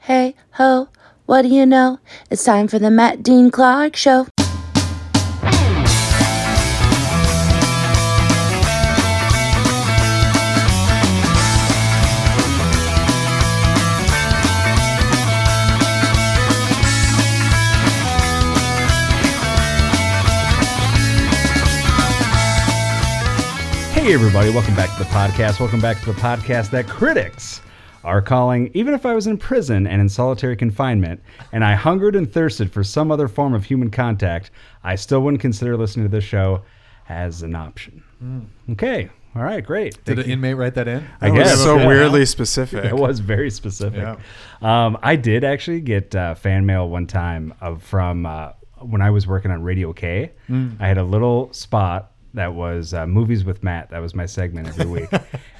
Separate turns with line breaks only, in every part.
Hey ho, what do you know? It's time for the Matt Dean Clark Show.
Hey, everybody, welcome back to the podcast. Welcome back to the podcast that critics are calling, even if I was in prison and in solitary confinement, and I hungered and thirsted for some other form of human contact, I still wouldn't consider listening to this show as an option. Okay, all right, great.
Did an inmate write that in?
I
Oh,
guess.
yeah,
That's
so
okay.
weirdly specific.
That was very specific.
Yeah.
Um, I did actually get uh, fan mail one time of, from uh, when I was working on Radio K. I had a little spot that was uh, movies with Matt. That was my segment every week,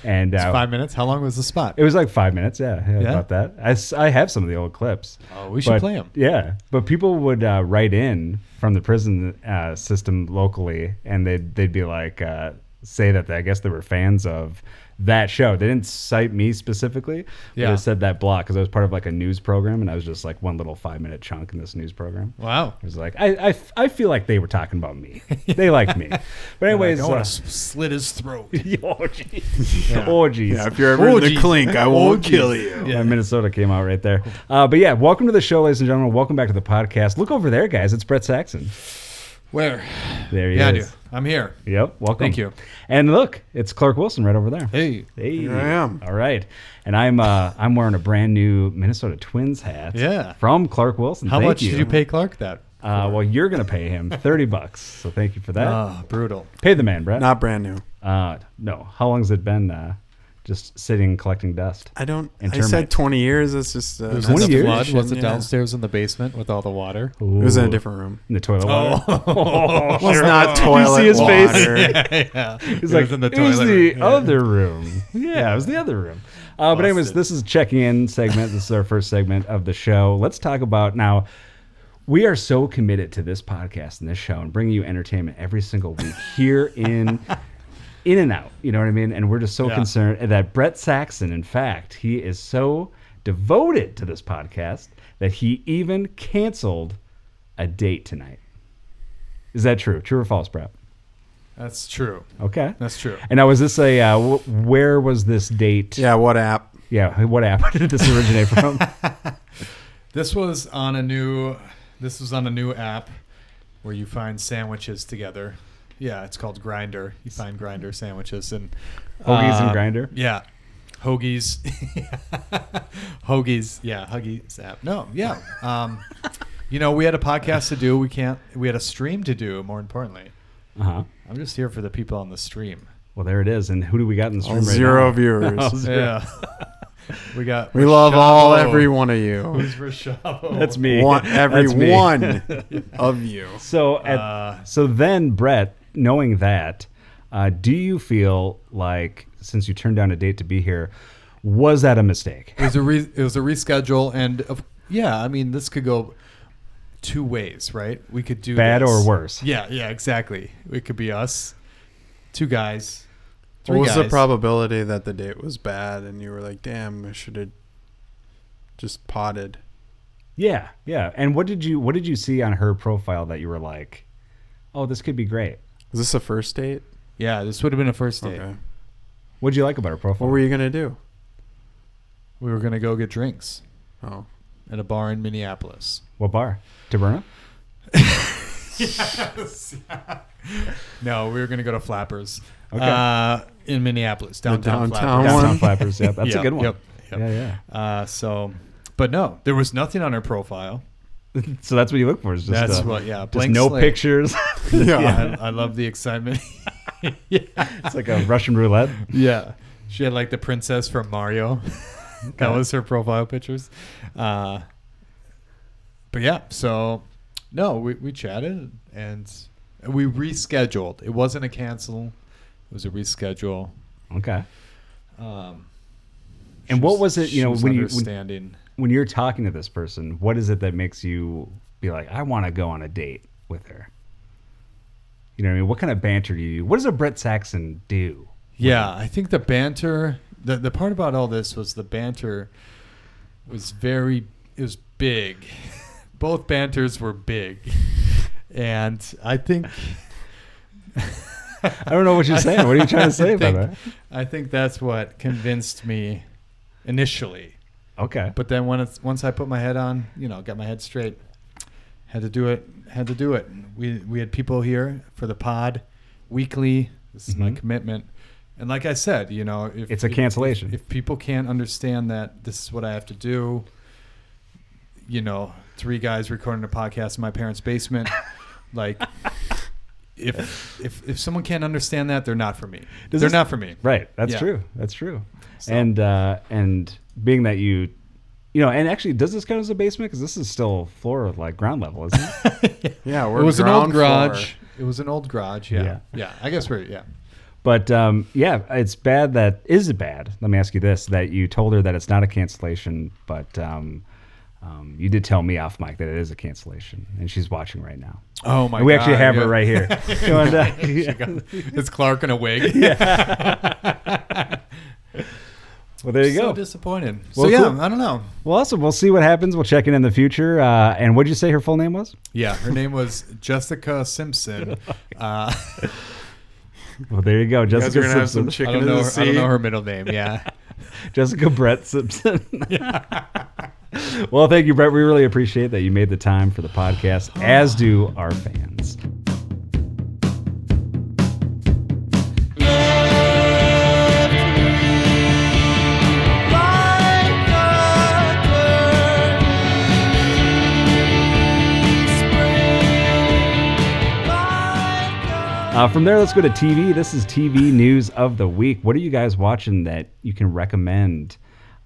and uh,
Five minutes. How long was the spot?
it was like five minutes. Yeah, yeah,
Yeah?
about that. I, s- I have some of the old clips.
Oh, we should
But-
play 'em.
Yeah, but people would uh, write in from the prison uh, system locally, and they'd they'd be like, uh, say that they, I guess they were fans of that show. They didn't cite me specifically, but
Yeah.
they said that block because I was part of like a news program, and I was just like one little five minute chunk in this news program.
wow.
It was like I, I f- I feel like they were talking about me. They liked me, but anyways.
I want
uh,
to slit his throat.
oh jeez, oh jeez.
Yeah, if you're ever in the
geez.
clink, I won't
geez.
kill you.
Yeah, Minnesota came out right there. Uh, but yeah, welcome to the show, ladies and gentlemen. Welcome back to the podcast. Look over there, guys. It's Brett Saxon.
Where?
There he
Yeah, I do.
is.
I'm here.
Yep. Welcome.
Thank you.
And look, it's Clark Wilson right over there.
Hey.
Hey.
Here I am.
All right. And I'm uh, I'm wearing a brand new Minnesota Twins hat.
Yeah.
From Clark Wilson.
How
Thank
much
you.
did you pay Clark that?
Uh, well, you're gonna pay him thirty bucks. So thank you for that.
Ah, brutal.
pay the man, Brett.
Not brand new.
Uh, no. How long has it been? Uh, just sitting collecting dust.
I don't.
And
I said
termites.
20 years. That's just uh,
Was
that's
it
a
the
years?
flood? Was it
yeah.
downstairs in the basement with all the water?
It was in a
Ooh.
different room.
In the toilet water.
Oh.
Well, it's not toilet
see his face?
water.
yeah.
He's like, it was the other room. Yeah, it was the other room. Uh, but anyways,
Busted.
this is checking in segment. This is our first segment of the show. Let's talk about now. We are so committed to this podcast and this show and bringing you entertainment every single week here in in and out. You know what I mean? And we're just so
Yeah.
concerned that Brett Saxon, in fact, he is so devoted to this podcast that he even canceled a date tonight. Is that true? True or false, Brett?
That's true.
Okay.
That's true.
And now, was this a uh, wh- where was this date?
Yeah, what app?
yeah. What app did this originate from?
This was on a new. This was on a new app where you find sandwiches together. Yeah, it's called Grinder. You find Grinder sandwiches and uh,
Hoagies and Grindr?
Yeah, hoagies, hoagies. Yeah, huggies app. No, yeah. Um, you know, we had a podcast to do. We can't. We had a stream to do. More importantly,
Uh huh.
I'm just here for the people on the stream.
Well, there it is. And who do we got in the stream right
Zero
now?
viewers.
Oh, zero.
Yeah, we got.
We love all
Rashavo.
every one of you.
Who's Rashavo?
That's me.
One, every
That's me.
one of you.
So at,
Uh,
so then, Brett, knowing that, uh, do you feel like since you turned down a date to be here, was that a mistake?
It was a re- it was a reschedule, and of, yeah, I mean this could go two ways, right? We could do
Bad
this.
or worse?
Yeah, yeah, exactly. It could be us, two guys, three
What was the
guys.
probability that the date was bad and you were like, damn, I should have just potted?
Yeah, yeah. And what did you what did you see on her profile that you were like, oh, this could be great?
Was this a first date?
Yeah, this would have been a first date.
Okay.
What did you like about her profile?
What were you going to do?
We were gonna go get drinks
Oh.
at a bar in Minneapolis.
What bar? Taberna?
No, we were gonna go to Flappers.
Okay.
Uh, in Minneapolis, downtown.
downtown
Flappers.
one?
Downtown Flappers. Yep, that's
Yep,
a good one.
Yep. yep.
Yeah, yeah.
Uh, so, but no, there was nothing on her profile.
So that's what you look for. Is just
That's
uh,
what, yeah,
Just
blank
no
slate.
pictures.
Yeah.
I, I love the excitement. yeah.
it's like a Russian roulette.
yeah. She had like the princess from Mario. that was her profile pictures. Uh, but yeah, so no, we, we chatted and we rescheduled. It wasn't a cancel, it was a reschedule.
Okay.
Um,
And
she
what was it, you
she
know,
was
when you- when-
understanding?
When you're talking to this person, what is it that makes you be like, I want to go on a date with her? You know what I mean? What kind of banter do you? What does a Brett Saxon do?
Yeah, I think the banter. The the part about all this was the banter was very it was big. Both banters were big, and I think
I don't know what you're saying. What are you trying to say
I
about
think-
that?
I think that's what convinced me initially.
Okay.
But then when it's, once I put my head on, you know, got my head straight, had to do it. Had to do it. We we had people here for the pod weekly. This is my
Mhm.
commitment. And like I said, you know, if
It's a
if-
cancellation.
If, people can't understand that this is what I have to do, you know, three guys recording a podcast in my parents' basement, like. If, if if someone can't understand that, they're not for me.
Does
they're
this-
not for me.
Right. That's
Yeah.
true. That's true.
So-
And uh, and being that you, you know, and actually, does this count as a basement? Because this is still floor like ground level, isn't it?
Yeah, we're
It was an old
ground floor.
garage. It was an old garage. Yeah.
Yeah.
Yeah. I guess we're, yeah.
but um, yeah, it's bad that is it bad. Let me ask you this: that you told her that it's not a cancellation, but um, um, you did tell me off mic that it is a cancellation, and she's watching right now.
Oh, my
and we actually
God,
have
yeah.
her right here. And, uh, yeah.
It's Clark in a wig. Yeah.
Well, there you
so
go.
disappointed.
Well,
so, yeah,
cool.
I don't know.
well, awesome. We'll see what happens. We'll check in in the future. Uh, and what'd you say her full name was?
Yeah. Her name was Jessica Simpson. Uh,
Well, there you go,
You guys
Jessica
are gonna have some
Simpson.
I,
chicken
don't
in
know
the
her, I
sea.
don't know her middle name. Yeah.
Jessica Brett Simpson. well, thank you, Brett. We really appreciate that you made the time for the podcast, as do our fans. Uh, from there, let's go to TV. This is TV news of the week. What are you guys watching that you can recommend?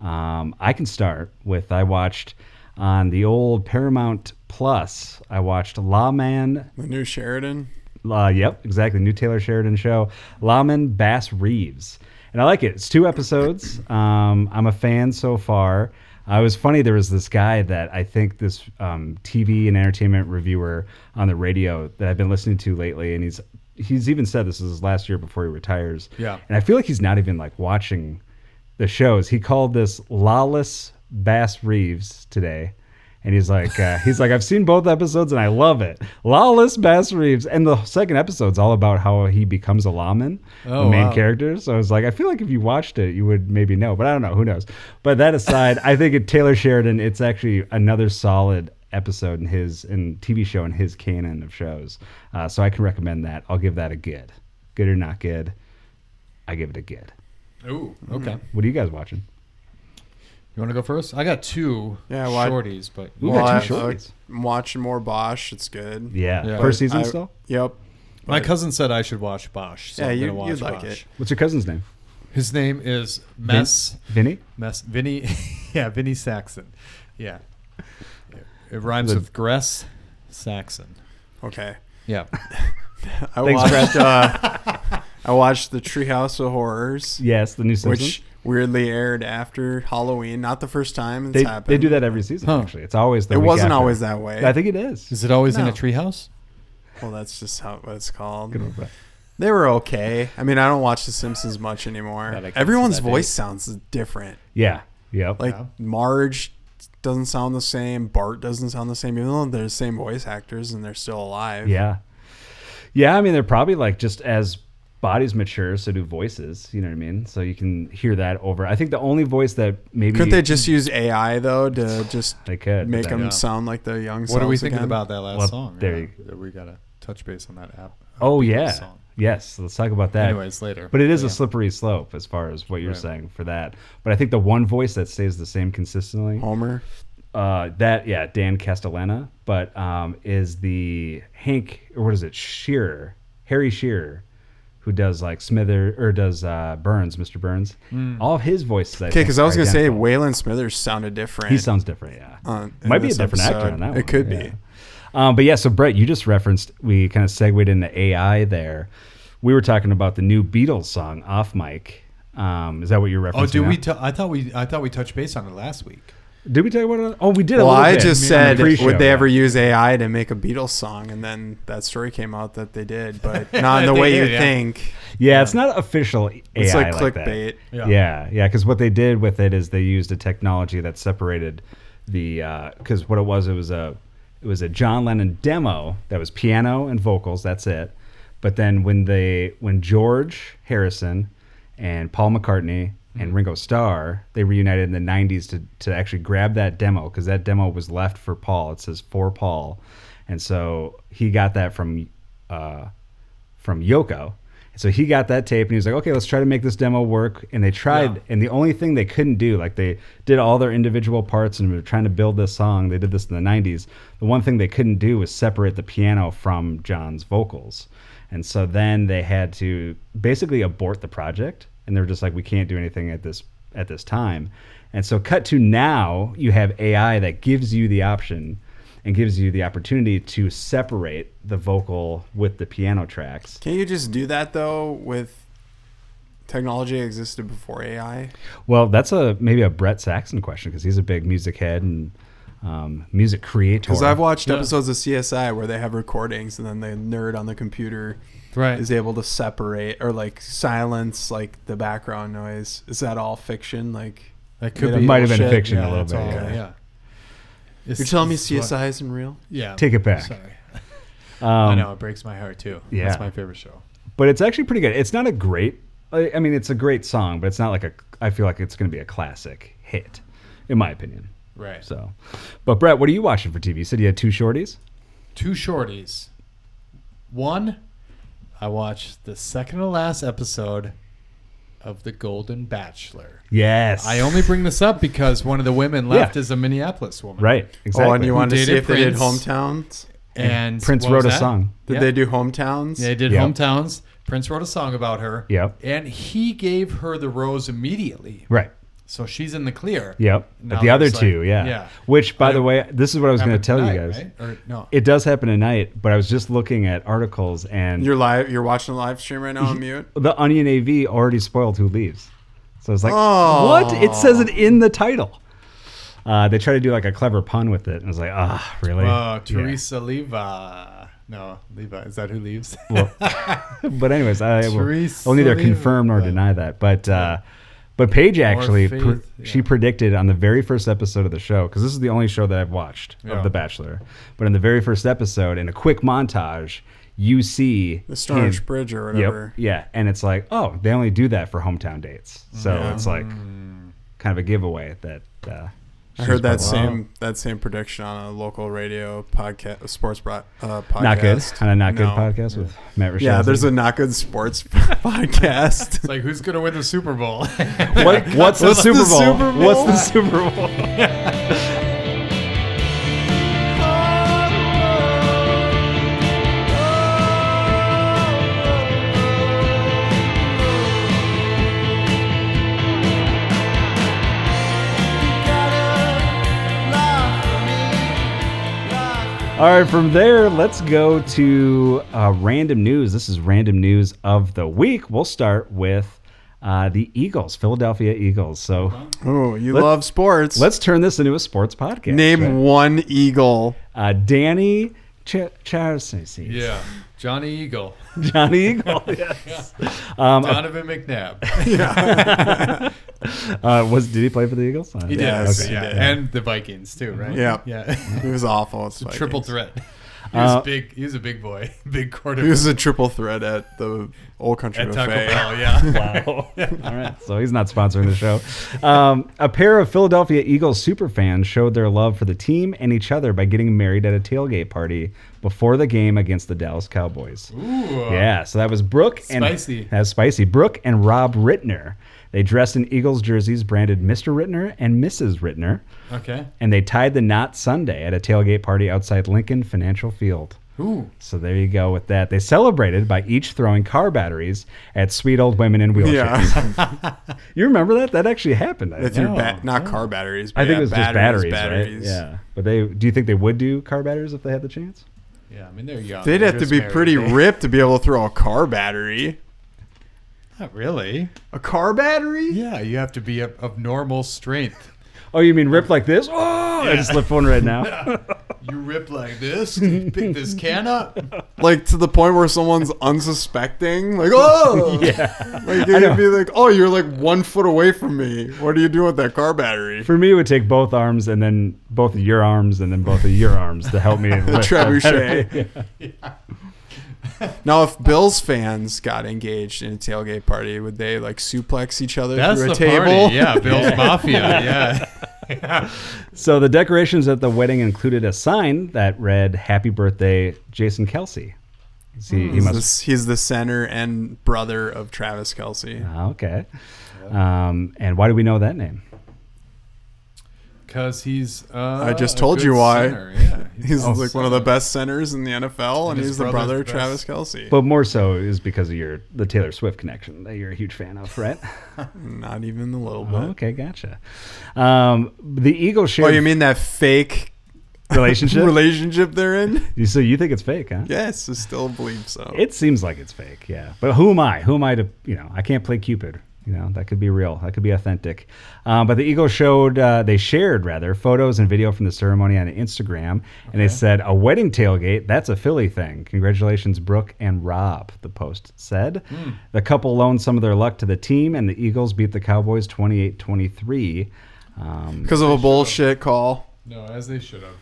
Um, I can start with I watched on the old Paramount Plus. I watched Lawman.
The new Sheridan.
Uh, yep, exactly. New Taylor Sheridan show. Lawman Bass Reeves, and I like it. It's two episodes. Um, I'm a fan so far. Uh, it was funny. There was this guy that I think this um, TV and entertainment reviewer on the radio that I've been listening to lately, and he's he's even said this is his last year before he retires.
Yeah.
and I feel like he's not even like watching the shows. He called this lawless Bass Reeves today. And he's like, uh, he's like, I've seen both episodes and I love it. Lawless Bass Reeves, and the second episode's all about how he becomes a lawman, the
Oh,
main
wow.
character. So I was like, I feel like if you watched it, you would maybe know, but I don't know. Who knows? But that aside, I think it Taylor Sheridan. It's actually another solid episode in his in TV show in his canon of shows. Uh, so I can recommend that. I'll give that a good, good or not good. I give it a good.
Ooh.
Mm-hmm.
Okay.
What are you guys watching?
You want to go first? I got two
Yeah, well, I-
shorties, but
Ooh,
Well,
got two
I- I-
shorties.
I'm watching more Bosch. It's good.
Yeah,
Yeah.
first season
I-
still.
Yep.
my cousin said I should watch Bosch. So
Yeah,
I'm
you-
gonna watch
you'd like
Bosch.
it.
What's your cousin's name?
His name is Mess.
Vinny.
Mess Vinny yeah, Vinny Saxon. Yeah. It, it rhymes with Gress Saxon.
Okay.
Yeah.
I
Thanks,
watched. Uh, I watched the Treehouse of Horrors,
Yes, the new Simpsons.
which weirdly aired after Halloween. Not the first time it's
they,
happened.
they do that every season.
Huh.
Actually, it's always the.
It
week
wasn't
after.
always that way.
I think it is.
Is it always in
No.
a treehouse?
Well, that's just how what it's called.
Good one, Brett.
They were okay. I mean, I don't watch The Simpsons much anymore.
I can't see
Everyone's
that
voice
date.
sounds different.
Yeah. Yep.
Like
Yeah.
Marge doesn't sound the same. Bart doesn't sound the same. Even though they're the same voice actors and they're still alive.
yeah. Yeah, I mean they're probably like just as bodies mature, so do voices. You know what I mean? So you can hear that over. I think the only voice that maybe
Couldn't they just use AI though to just
They could, but
make
they
them
don't.
sound like the young?
What are we
selves
thinking
again?
about that last
Well,
song?
there
Yeah, We got to touch base on that app.
Oh
upbeat
yeah.
song.
Yes. Let's talk about that.
Anyways, later.
But it is
Yeah.
a slippery slope as far as what you're
Right.
saying for that. But I think the one voice that stays the same consistently
Homer?
uh, that yeah, Dan Castellana, but um, is the Hank or what is it Shearer, Harry Shearer, who does like Smither or does uh, Burns, Mr. Burns. All of his voices.
Hmm. Okay, because I was gonna say Uh,
wait,
Waylon Smithers sounded different.
he sounds different. Yeah,
on- in
might be a
this
different actor
episode.
on that.
It
one,
could be.
yeah. Um, but yeah, so Brett, you just referenced we kind of segued into AI there. We were talking about the new Beatles song off mic. Um, is that what you're referencing?
Oh, do we?
now?
T- I thought we. I thought we touched base on it last week.
did we tell you what? Oh, we did. a
Well,
little
I
bit on
just
the
said,
pre-show,
would they
yeah.
ever use AI to make a Beatles song? And then that story came out that they did, but not in the
They
way
did,
you
yeah.
think.
Yeah, it's not official AI.
It's like
that.
clickbait.
Yeah, yeah, because what they did with it is they used a technology that separated the because what it was it was a it was a John Lennon demo that was piano and vocals. That's it. But then when they when George Harrison and Paul McCartney and Ringo Starr they reunited in the '90s to to actually grab that demo because that demo was left for Paul. It says for Paul, and so he got that from. Uh, from Yoko. So he got that tape and he was like, okay, let's try to make this demo work. And they tried,
Yeah.
and the only thing they couldn't do, like they did all their individual parts and were trying to build this song. They did this in the 90s. The one thing they couldn't do was separate the piano from John's vocals. And so then they had to basically abort the project. And they were just like, we can't do anything at this at this time. And so cut to now, you have AI that gives you the option and gives you the opportunity to separate the vocal with the piano tracks.
Can't you just do that though with technology that existed before AI?
Well, that's a maybe a Brett Saxon question because he's a big music head and um, music creator.
Because I've watched
Yeah.
episodes of CSI where they have recordings and then the nerd on the computer
Right.
is able to separate or like silence like the background noise. Is that all fiction? Like
That
It
could
it
be.
might have been
Bullshit.
fiction
yeah,
a little
it's
bit.
all-
yeah.
yeah. It's-
you're telling me
it's what-
CSI isn't real?
yeah.
Take it back.
Sorry.
Um,
I know it breaks my heart too.
yeah.
That's my favorite show.
but it's actually pretty good. It's not a great. I I mean, it's a great song, but it's not like a. I feel like it's going to be a classic hit, in my opinion.
Right.
So, but Brett, what are you watching for TV? You said you had two shorties.
two shorties. One, I watched the second to last episode of The Golden Bachelor.
Yes.
I only bring this up because one of the women left
Yeah.
is a Minneapolis woman.
right exactly.
Oh, and you wanted to
Who
see
dated
if they did
Prince.
hometowns?
And
Prince
what was
wrote a
that?
song.
Did
Yeah.
they do hometowns?
They did
Yep.
hometowns. Prince wrote a song about her.
Yep.
And he gave her the rose immediately.
Right.
So she's in the clear.
Yep.
Now
but the other
there's, like-
two, yeah.
yeah.
Which, by
I
the
don't-
way, this is what I was going to
Happened
tell you
tonight,
guys.
right? Or no.
It does happen tonight, but I was just looking at articles and
You're live. You're watching the live stream right now on mute.
the Onion AV already spoiled who leaves. So it's like,
Oh.
what? It says it in the title. Uh, they try to do like a clever pun with it, and I was like, ah, really?
Oh,
Yeah.
Teresa Leva. No, Leva. Is that who leaves?
but anyways, I will
Teresa
I'll neither
Lima.
confirm nor deny that. But uh, but Paige actually
faith,
pre-
yeah.
she predicted on the very first episode of the show because this is the only show that I've watched
Yeah.
of The Bachelor. But in the very first episode, in a quick montage, you see
The Stonehenge
him-
Bridge or
Hmm. Yep,
whatever.
yeah, and it's like oh, they only do that for hometown dates, so it's like kind of a giveaway that. Uh,
I
she's
heard that
probably-
same that same prediction on a local radio podcast, a sports bro- uh, podcast.
not good on a not good
No.
podcast with Matt. Rashad.
Yeah, there's a not good sports podcast.
It's like who's gonna win the Super Bowl?
What- what's, the,
What's the
Super Bowl?
Super Bowl?
What's the Super Bowl? All right, from there, let's go to uh, random news. This is random news of the week. We'll start with uh, the Eagles, Philadelphia Eagles. So
Oh, you love sports.
let's turn this into a sports podcast.
name
right?
one eagle.
uh, Danny Ch- Charles,
yeah, Johnny Eagle,
Johnny Eagle. Yes. Um,
Donovan McNabb.
uh, was did he play for the Eagles? Uh,
He did,
Yes,
okay,
he
yeah.
did.
and the Vikings too, right?
Yeah.
yeah.
It was awful. It's
The triple
Vikings.
threat. He was
Uh,
big. He was a big boy, big
It
quarterback
was a triple threat at the old country
at Taco
buffet.
Bell. Yeah.
Wow. All right. So he's not sponsoring the show. Um, a pair of Philadelphia Eagles superfans showed their love for the team and each other by getting married at a tailgate party before the game against the Dallas Cowboys.
Ooh.
Yeah. So that was Brooke and
Spicy.
That's spicy. Brooke and Rob Rittner. They dressed in Eagles jerseys branded Mr. Rittner and Mrs. Rittner,
Okay.
and they tied the knot Sunday at a tailgate party outside Lincoln Financial Field.
Ooh.
So there you go with that. They celebrated by each throwing car batteries at sweet old women in wheelchairs.
Yeah,
You remember that? That actually happened. I,
they
think.
threw ba- not car batteries. But
I think
yeah,
it was
batteries,
just batteries,
batteries.
right? Yeah. But they do you think they would do car batteries if they had the chance?
Yeah. I mean, they're young.
They'd
They're
have to
just
be
married.
pretty
They-
ripped to be able to throw a car battery.
Not really.
A car battery?
Yeah, you have to be of, of normal strength.
Oh, you mean ripped like this? Oh, I just left one right now.
You rip like this. You pick this can up.
Like to the point where someone's unsuspecting, like oh,
Yeah.
like
I know.
you'd be like, oh, you're like one foot away from me. What are you doing with that car battery?
For me, it would take both arms and then both of your arms and then both of your arms to help me. lift that
trebuchet.
battery. Yeah.
Now, if Bills fans got engaged in a tailgate party, would they like suplex each other
That's the
through a table?
party. Yeah, Bill's Mafia. Yeah.
So the decorations at the wedding included a sign that read "Happy Birthday, Jason Kelsey." See, he
He's,
must.
the, he's the center and brother of Travis Kelsey.
Ah, okay. Um, and why do we know that name?
Because he's. Uh,
I just
a
told
good
you why.
center, Yeah.
He's
a
like one of the
center.
best centers in the NFL, and
Oh, his
he's the
brother's
brother of
the
Travis
best.
Kelsey.
But more so is because of your the Taylor Swift connection that you're a huge fan of, right?
Not even a little bit.
okay, gotcha. Um, the Eagle
Oh,
shared
you mean that fake
relationship.
relationship they're in?
so you think it's fake, huh?
Yes, I still believe so.
It seems like it's fake, yeah. But who am I? Who am I to, you know, I can't play Cupid. You know, that could be real. That could be authentic. Um, but the Eagles showed, uh, they shared rather, photos and video from the ceremony on Instagram. And they said, a wedding tailgate, that's a Philly thing. Congratulations, Brooke and Rob, the post said.
Hmm.
The couple loaned some of their luck to the team, and the Eagles beat the Cowboys 28 23. Um,
because of a bullshit call.
No, as they should have.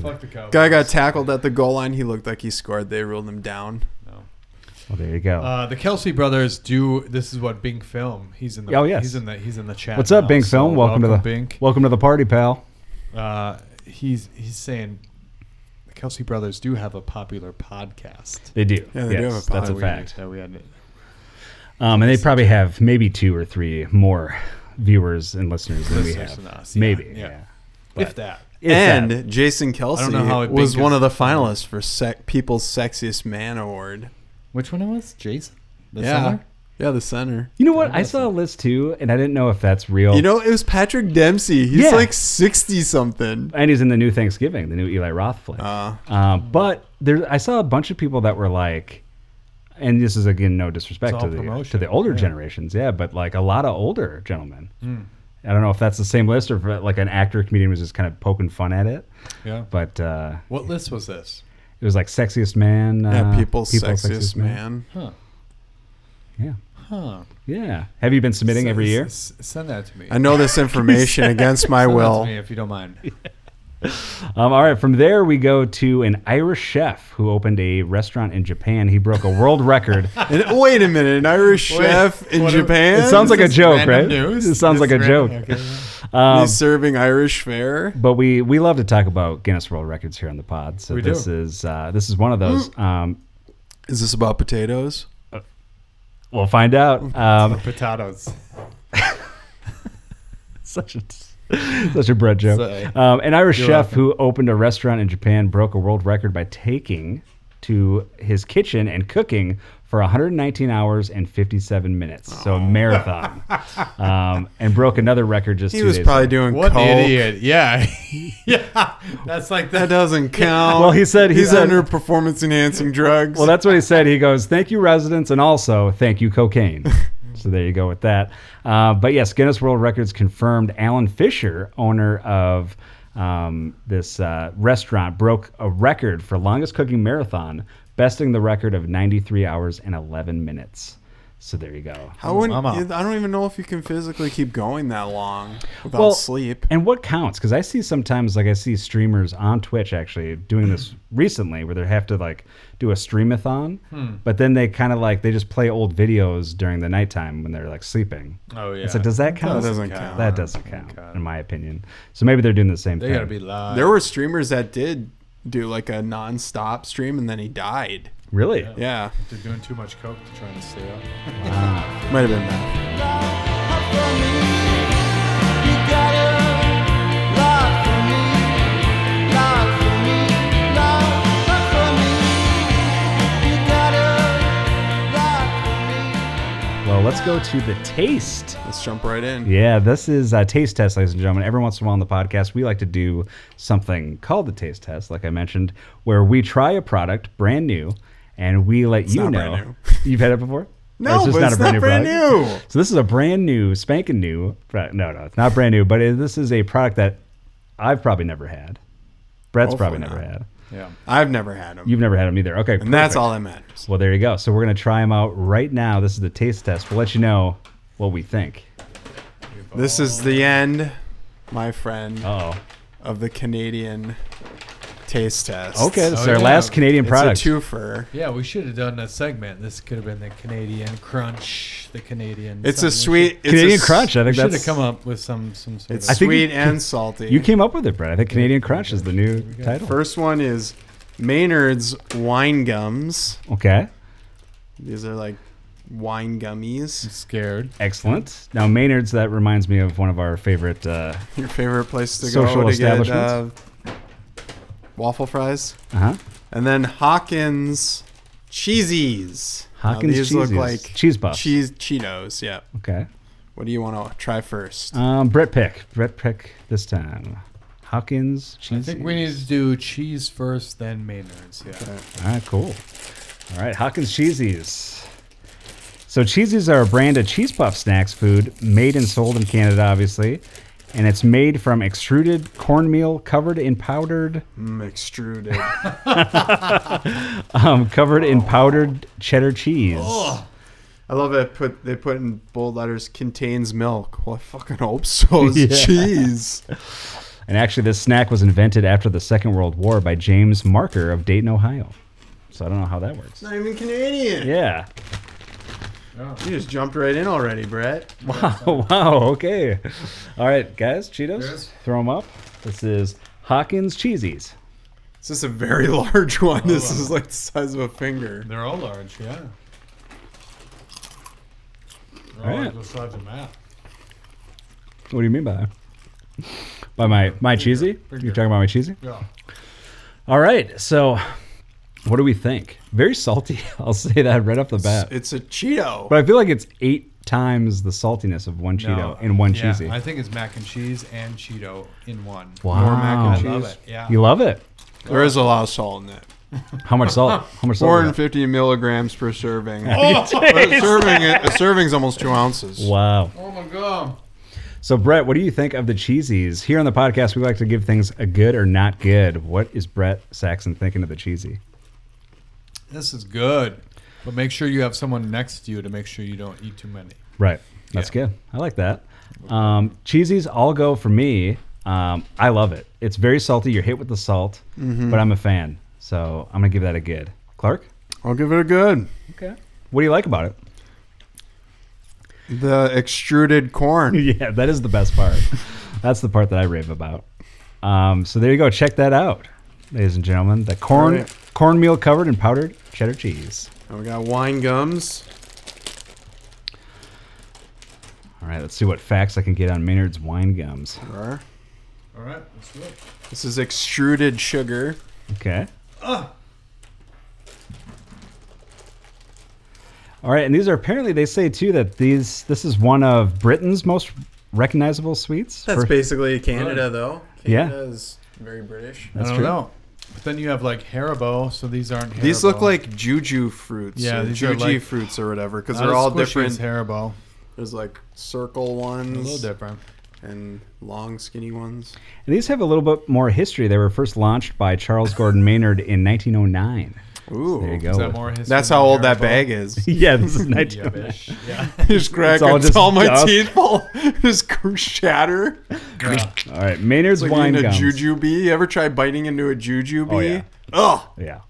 Fuck the Cowboys.
Guy got tackled at the goal line. He looked like he scored. They ruled him down.
No.
well, there you go.
Uh, the Kelsey brothers do. This is what Bink Film. He's in the.
Oh, yes.
He's in the. He's in the chat.
What's up,
now,
Bink
so
Film? Welcome, to the
Bink.
welcome to the party, pal.
Uh, he's he's saying the Kelsey brothers do have a popular podcast.
They do.
Yeah, they do
Yes,
have a
That's a
pod.
fact.
That we had.
Um, and they probably have maybe two or three more viewers and listeners than we
Listeners
have.
than us, yeah,
maybe.
yeah.
Yeah.
If that.
If
and
that-
Jason Kelsey
know how it
was
bink
one
is-
of the finalists for sec- People's Sexiest Man Award.
Which one it was? Jason. The
yeah.
center?
Yeah, the center.
you know what? I saw a list too, and I didn't know if that's real.
You know, it was Patrick Dempsey. He's
Yeah.
like 60 something.
and he's in the new Thanksgiving, the new Eli Roth flick.
Uh,
Um, but there, I saw a bunch of people that were like, and this is again no disrespect
It's
to
all
the to
promotion,
the older
yeah. Hmm.
generations, yeah, but like a lot of older gentlemen. I don't know if that's the same list or if uh, like an actor comedian was just kind of poking fun at it,
Yeah.
but uh,
What list was this?
it was like sexiest man,
yeah,
uh,
People's Sexiest, Man.
Huh.
yeah.
Huh.
Yeah. Have you been submitting every
S-
year?
s- send that to me.
I know this information against my
Send that
will.
to me if you don't mind.
Um, all right. From there, we go to an Irish chef who opened a restaurant in Japan. He broke a world record.
And- wait a minute, an Irish
Wait,
chef in
what a-
Japan?
it sounds like a
This is
joke,
random
right?
news.
It sounds
This
like a
is
joke.
random- okay.
Um,
He's serving Irish fare.
but we we love to talk about Guinness World Records here on the pod. So
We do. Mm.
this is uh, this is one of those. Um,
Is this about potatoes?
we'll find out. Um,
Potatoes.
such a such a bread joke.
Sorry.
Um, an Irish
You're
chef
welcome.
who opened a restaurant in Japan broke a world record by taking to his kitchen and cooking for 119 hours and 57 minutes, so a marathon, um, and broke another record just
He
two
was
days
probably
later.
doing
What
coke.
idiot? Yeah. yeah. That's like
That
that.
doesn't count.
Well, he said- he
he's
said-
under performance enhancing drugs.
Well, that's what he said. He goes, "Thank you, residents, and also thank you, cocaine." so there you go with that. Uh, but yes, Guinness World Records confirmed Alan Fisher, owner of um, this uh, restaurant, broke a record for longest cooking marathon, besting the record of 93 hours and 11 minutes. So there you go.
How would
I'm out.
I don't even know if you can physically keep going that long without
Well,
sleep.
And what counts? Because I see sometimes, like, I see streamers on Twitch actually doing this recently where they have to, like, do a streamathon, but then they kind of, like, they just play old videos during the nighttime when they're, like, sleeping.
Oh, yeah.
It's like, does that count?
doesn't count.
That doesn't count, in my opinion. So maybe they're doing the same
They
thing.
got to be live.
There were streamers that did do like a non-stop stream and then he died.
really?
Yeah,
They're doing too much coke to try to stay up.
might have been that.
Well, let's go to the taste.
Let's jump right in.
Yeah, this is a taste test, ladies and gentlemen. Every once in a while on the podcast, we like to do something called the taste test, like I mentioned, where we try a product brand new and we let you
not
know.
brand new.
You've had it before?
No,
Or this
but it's not
product?
brand new.
So this is a brand new, spanking new. pro- No, no, it's not brand new, but it, this is a product that I've probably never had. Brett's probably
Hopefully
never
not.
had.
Yeah.
I've never had them.
You've never had them either. Okay,
and that's
perfect.
all that matters.
Well, there you go. So we're gonna try them out right now. This is the taste test. We'll let you know what we think.
This is the end, my friend,
Oh,
of the Canadian taste test.
okay. This
Oh,
is our
yeah.
last Canadian
It's
product.
a twofer.
Yeah, we should have done a segment. This could have been the Canadian crunch, the Canadian.
It's
something.
a sweet it's
Canadian
a, s-
Crunch. I
We
think
should
that's
have come up with some some sort
It's
I
of.
think
sweet
you-
and salty.
You came up with it, Brett. I think Canadian Crunch is the new
go.
title.
First one is Maynard's wine gums.
Okay.
These are like wine gummies.
I'm scared.
Excellent. Now Maynard's. That reminds me of one of our favorite. Uh
Your favorite place to
Social
go to get uh,
establishments?
waffle fries,
huh.
and then Hawkins cheesies. Now,
Hawkins
these
cheeses.
look like
cheese puffs.
cheese Cheetos. Yeah.
Okay.
What do you want to try first?
Um, Brett pick. Brett pick this time. Hawkins cheese.
I think we need to do cheese first, then Maynard's. Yeah.
All right, cool. All right, Hawkins Cheesies. So cheesies are a brand of cheese puff snacks food made and sold in Canada, obviously, and it's made from extruded cornmeal covered in powdered,
Mm, extruded.
um, covered in powdered cheddar cheese.
I love it. Put they put in bold letters contains milk. Well, I fucking hope so. It's
Yeah.
cheese.
And actually, this snack was invented after the Second World War by James Marker of Dayton, Ohio. So I don't know how that works.
Not even Canadian.
Yeah.
You just jumped right in already, Brett.
Wow. Wow. Okay. All right, guys. Cheetos.
Cheers.
Throw them up. This is Hawkins Cheesies.
This is a very large one. This is like the size of a finger.
They're all large. Yeah. They're
All
all
right.
the size of Matt.
What do you mean by that? By my my cheesy?
pretty
You're
good.
talking about my cheesy?
Yeah.
All right. So, what do we think? Very salty. I'll say that right off the bat.
It's a Cheeto.
But I feel like it's eight times the saltiness of one Cheeto and one
yeah,
cheesy.
I think it's mac and cheese and Cheeto in one.
Wow.
More mac and
I
love
cheese.
it.
Yeah.
You love it.
There is a lot of salt in it.
How much salt? How much salt? we got?
450 milligrams per serving. But a serving, a serving's almost two ounces.
Wow.
Oh my god.
So, Brett, what do you think of the cheesies? Here on the podcast, we like to give things a good or not good. What is Brett Saxon thinking of the cheesy?
This is good. But make sure you have someone next to you to make sure you don't eat too many.
Right. That's good. I like that. Um, cheesies all go for me. Um, I love it. It's very salty. You're hit with the salt, but I'm a fan. So I'm going to give that a good. Clark?
I'll give it a good.
Okay. What do you like about it?
The extruded corn.
yeah, that is the best part. That's the part that I rave about. Um, so there you go. Check that out, ladies and gentlemen. The corn
Alright.
cornmeal covered in powdered cheddar cheese.
And we got wine gums.
All right, let's see what facts I can get on Maynard's wine gums.
There are.
All right, let's do it.
This is extruded sugar.
Okay. All right, and these are apparently they say too that these this is one of Britain's most recognizable sweets.
That's
for-
basically Canada, though.
Yeah.
Canada is very British.
That's
I don't
true.
know. But then you have like Haribo, so these aren't Haribo.
These look like juju fruits.
Yeah,
or
these
juju
are like-
fruits or whatever, because
Not as
they're all
squishy as
different.
Haribo.
There's like
A
circle
little
ones
different.
and long, skinny ones.
And these have a little bit more history. They were first launched by Charles Gordon Maynard in 1909.
Ooh,
There you go.
Is that more history
Oh, That's
than
how old that
Haribo?
bag is.
yeah, this is 1909.
Yubbish. Yeah.
He's cracking
all
all,
just
my
dust.
teeth fall, just cr- shatter.
yeah.
All right, Maynard's
It's like
wine
eating a
gums.
juju bee. You ever try biting into a juju bee?
Oh, yeah.
Ugh.
Yeah.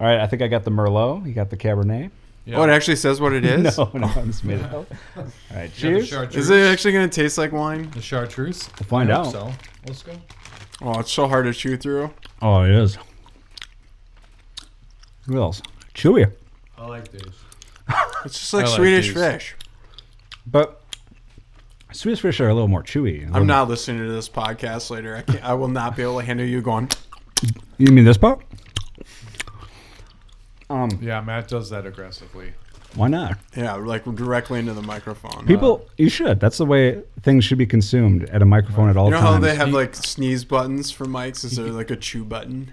All right, I think I got the Merlot. You got the Cabernet.
Yeah.
Oh, it actually says what it is.
No, no, I just made it up.
Oh.
All right,
You got
cheers.
The chartreuse.
Is it actually going to taste like wine?
the chartreuse? We'll
find out.
So let's go.
Oh, it's so hard to chew through.
Oh, it is. What else? Chewy.
I like these.
It's just like
I like
Swedish
these.
fish.
But Swedish fish are a little more chewy. A little-
I'm not listening to this podcast later. I can't. I will not be able to handle you going.
You mean this part? Um,
Yeah, Matt does that aggressively.
why not?
Yeah, like directly into the microphone. Uh,
People, you should. That's the way things should be consumed at a microphone at all
you know
times.
how they have like sneeze buttons for mics? Is there like a chew button?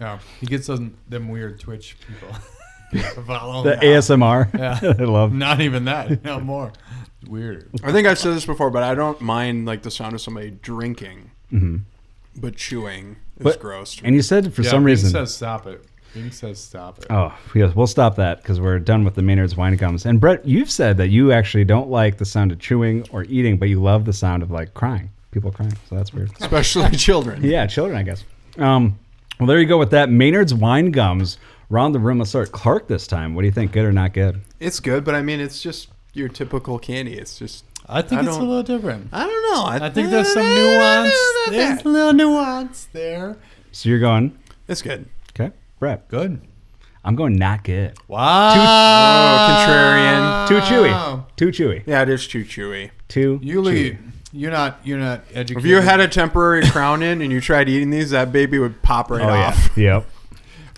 Yeah, he gets them, them weird Twitch people. to follow
the
him.
ASMR.
Yeah.
I love.
Not even that. No more. Weird.
I think I've said this before, but I don't mind like the sound of somebody drinking. but chewing is
Mm-hmm. But-
gross. to me.
And you said for
Yeah,
some
Bing
reason.
says stop it. Bing says stop it.
oh, yes, we'll stop that because we're done with the Maynard's wine gums. And Brett, you've said that you actually don't like the sound of chewing or eating, but you love the sound of like crying, people crying. So that's weird.
Especially children.
Yeah, children, I guess. Um, well, there you go with that. Maynard's wine gums. Round the room. Let's start Clark this time. What do you think? Good or not good?
It's good, but I mean, it's just your typical candy. It's just
I think
I
it's a
don't-
little different.
I don't know.
I think there's some nuance. There's a little nuance there.
So you're going
It's good.
okay, Brett.
Good.
I'm going not good.
Uh, Wow.
Oh,
Too chewy. Too chewy.
Yeah, it is too chewy.
Too.
You
chewy.
lead. You're not. You're not educated.
If you had a temporary crown in and you tried eating these, that baby would pop right
Oh
off.
yeah. Yep.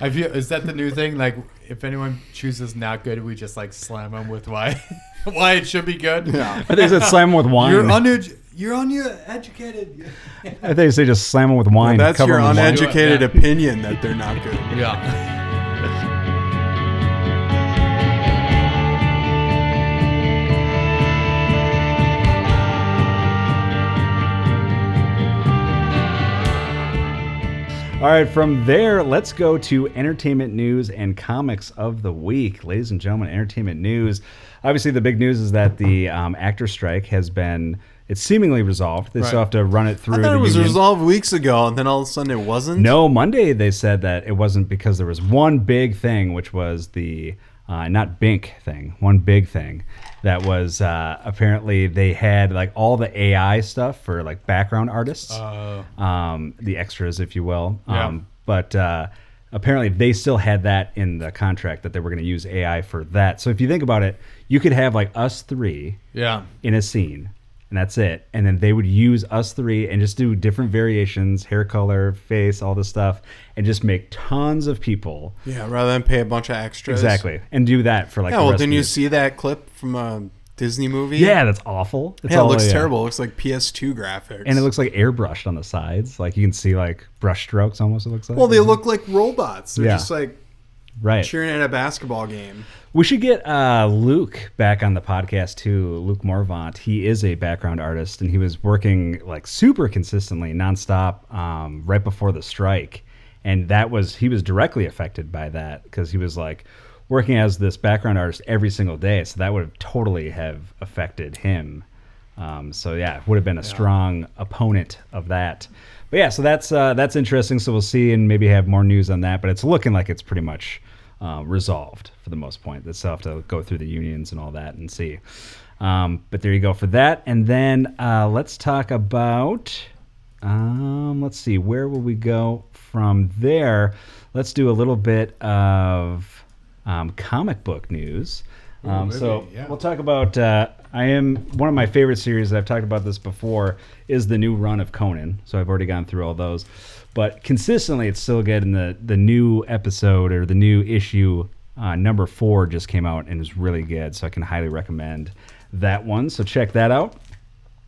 Have you? Is that the new thing? Like, if anyone chooses not good, we just like slam them with why, why it should be good.
Yeah.
I think they said slam 'em with wine.
You're under. You're uneducated.
I think they just slam 'em with wine.
That's
cover
your
'em with wine.
unedu-
uneducated
Yeah.
opinion that they're not good.
Yeah.
All right, from there, let's go to entertainment news and comics of the week. Ladies and gentlemen, entertainment news. Obviously, the big news is that the um, actor strike has been, it's seemingly resolved. They still
Right.
have to run it through.
I thought
the
it was
union.
resolved weeks ago, and then all of a sudden it wasn't.
No, Monday they said that it wasn't because there was one big thing, which was the uh, not Bink thing, one big thing that was uh, apparently they had like all the AI stuff for like background artists, um, the extras, if you will.
Yeah.
Um, but uh, apparently they still had that in the contract that they were going to use AI for that. So if you think about it, you could have like us three
Yeah.
in a scene and that's it and then they would use us three and just do different variations hair color face all this stuff and just make tons of people
Yeah, rather than pay a bunch of extras.
exactly and do that for like
Yeah,
the
well,
rest
didn't
of
you
the-
see that clip from a Disney movie?
yeah that's awful it's
Yeah, it
all-
looks terrible. It looks like PS2 graphics.
and it looks like airbrushed on the sides like you can see like brush strokes almost it looks like
Well, they look like robots. They're
Yeah.
just like
right
cheering at a basketball game.
We should get uh, Luke back on the podcast too. Luke Morvant. He is a background artist, and he was working like super consistently, nonstop, um, right before the strike. And that was he was directly affected by that because he was like working as this background artist every single day. So that would have totally have affected him. Um, so yeah, it would have been a strong opponent of that. But yeah, so that's uh, that's interesting. So we'll see and maybe have more news on that. But it's looking like it's pretty much uh, resolved for the most point. They still have to go through the unions and all that and see. Um, but there you go for that. And then uh, let's talk about. Um, let's see, where will we go from there? Let's do a little bit of um, comic book news. Um,
Ooh,
so
maybe, yeah.
we'll talk about. Uh, I am one of my favorite series. and I've talked about this before. Is the new run of Conan. So I've already gone through all those, but consistently, it's still getting the the new episode or the new issue. Uh, number four just came out and is really good, so I can highly recommend that one. So check that out.